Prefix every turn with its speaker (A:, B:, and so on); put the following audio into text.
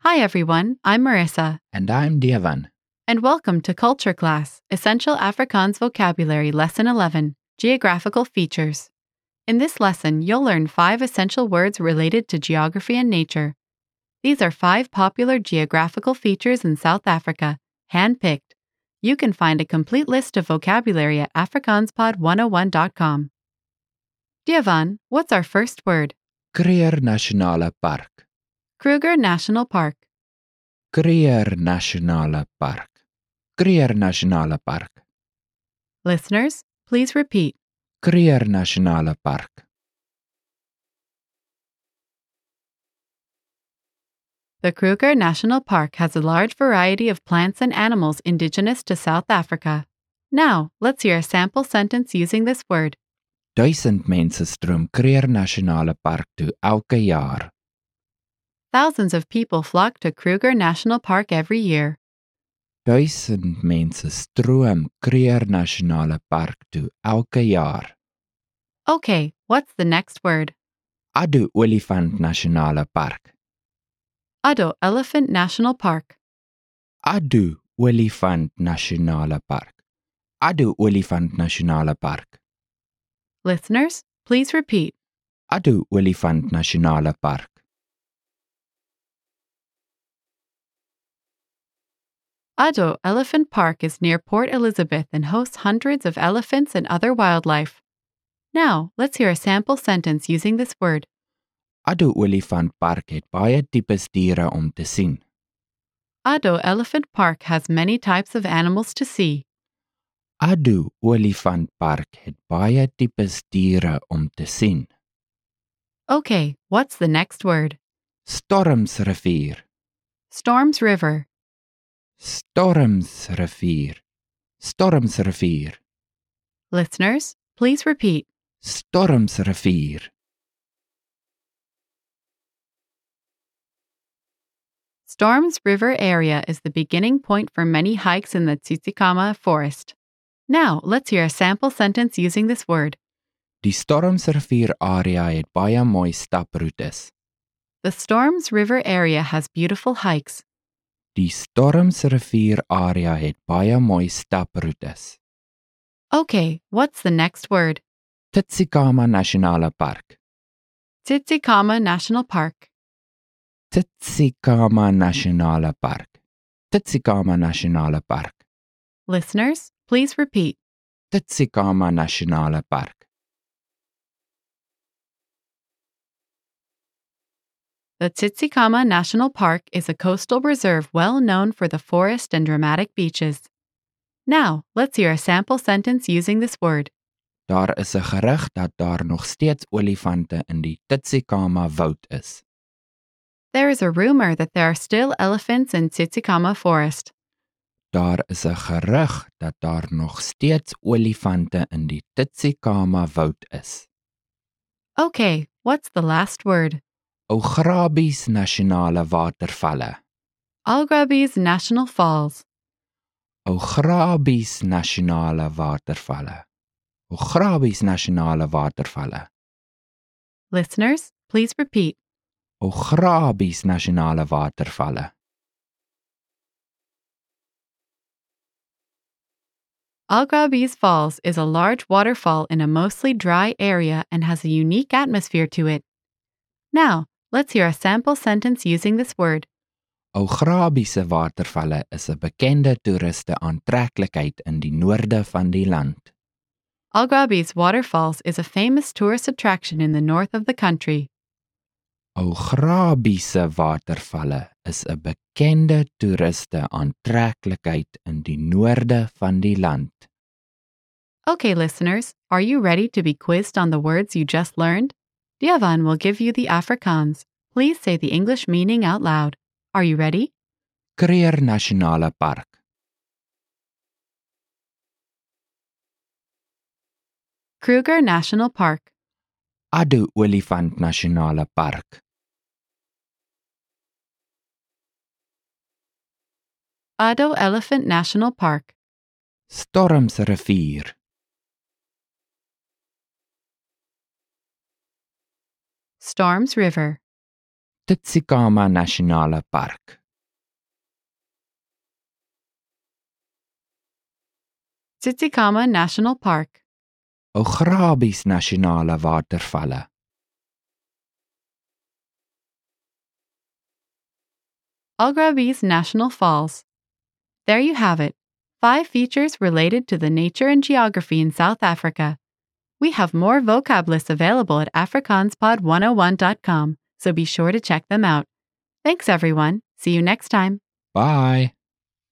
A: Hi, everyone. I'm Marissa,
B: And I'm Devan.
A: and welcome to Culture Class Essential Afrikaans Vocabulary Lesson 11 Geographical Features. In this lesson, you'll learn five essential words related to geography and nature. These are five popular geographical features in South Africa, handpicked. You can find a complete list of vocabulary at afrikaanspod101.com. Diavan, what's our first word?
B: Kruger Nationale Park.
A: Kruger National Park.
B: Kruger Nationale Park. Kruger Nationale Park.
A: Listeners, please repeat.
B: Kruger Nationale Park.
A: The Kruger National Park has a large variety of plants and animals indigenous to South Africa. Now, let's hear a sample sentence using this word.
B: Duisend mense stroom Kruger Nationale Park toe elke jaar.
A: Thousands of people flock to Kruger National Park every year.
B: Duisend mense stroom Kruger Nationale Park toe elke jaar.
A: Okay, what's the next word?
B: Adu Olifant Nationale Park.
A: Addo Elephant National Park.
B: Adu Olifant Nationale Park. Adu Olifant Nationale Park.
A: Listeners, please repeat.
B: Adu Olifant Nationale Park.
A: Addo Elephant Park is near Port Elizabeth and hosts hundreds of elephants and other wildlife. Now, let's hear a sample sentence using this word.
B: Addo Olifant Park het baie tipes diere om te sien.
A: Addo Elephant Park has many types of animals to see.
B: Addo Olifant Park het baie tipes diere om te sien.
A: Okay, what's the next word?
B: Stormsrivier,
A: Storms River.
B: Stormsrivier, Stormsrivier,
A: Listeners, please repeat.
B: Stormsrivier,
A: Storms River area is the beginning point for many hikes in the Tsitsikama forest. Now, let's hear a sample sentence using this word.
B: Die Stormsrivier area het baie mooi staproetes.
A: The Storms River area has beautiful hikes.
B: Die Stormsrivier area het baie mooi staproetes.
A: Okay, what's the next word?
B: Tsikama Nasionale Park.
A: Tsitsikama National Park.
B: Tsikama Nasionale Park. Tsikama Nasionale Park.
A: Listeners, please repeat.
B: Tsikama Nasionale Park.
A: The Tsitsikama National Park is a coastal reserve well known for the forest and dramatic beaches. Now, let's hear a sample sentence using this word.
B: Daar is 'n gerug dat daar nog steeds olifante in die Tsikama woud is.
A: There is a rumor that there are still elephants in Tsitsikama Forest.
B: Daar is 'n gerug dat daar nog steeds olifante in die Tsikama woud is.
A: Okay, what's the last word?
B: Ougrabies Nasionale Watervalle.
A: Algrabi's National Falls.
B: Ougrabies Nasionale Watervalle. Ougrabies Nasionale Watervalle.
A: Listeners, please repeat.
B: Ougrabies Nasionale Watervalle.
A: Algrabi's Falls is a large waterfall in a mostly dry area and has a unique atmosphere to it. Now, let's hear a sample sentence using this word.
B: Ougrabiese watervalle is 'n bekende toeriste aantreklikheid in die noorde van die land.
A: Algrabi's Waterfalls is a famous tourist attraction in the north of the country.
B: Ougrabiese watervalle is 'n bekende toeriste aantreklikheid in die noorde van die land.
A: Okay, listeners, are you ready to be quizzed on the words you just learned? Diavan will give you the Afrikaans. Please say the English meaning out loud. Are you ready?
B: Kruger Nasionale Park,
A: Kruger National Park,
B: Addo Olifant Nasionale Park,
A: Addo Elephant National Park,
B: Stormsrivier,
A: Storms River,
B: Tsikama Nasionale Park,
A: Tsitsikama National Park,
B: Augrabies nasionale watervalle,
A: Algrabies National Falls. There you have it. Five features related to the nature and geography in South Africa. We have more vocab lists available at afrikaanspod101.com, so be sure to check them out. Thanks, everyone. See you next time.
B: Bye.